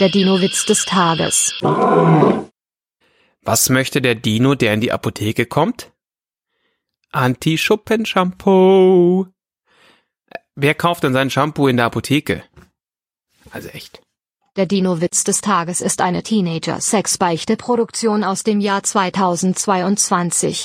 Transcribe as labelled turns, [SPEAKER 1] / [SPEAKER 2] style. [SPEAKER 1] Der Dino-Witz des Tages.
[SPEAKER 2] Was möchte der Dino, der in die Apotheke kommt? Anti-Schuppen-Shampoo. Äh, Wer kauft denn sein Shampoo in der Apotheke? Also echt.
[SPEAKER 1] Der Dino-Witz des Tages ist eine Teenager-Sex-Beichte-Produktion aus dem Jahr 2022.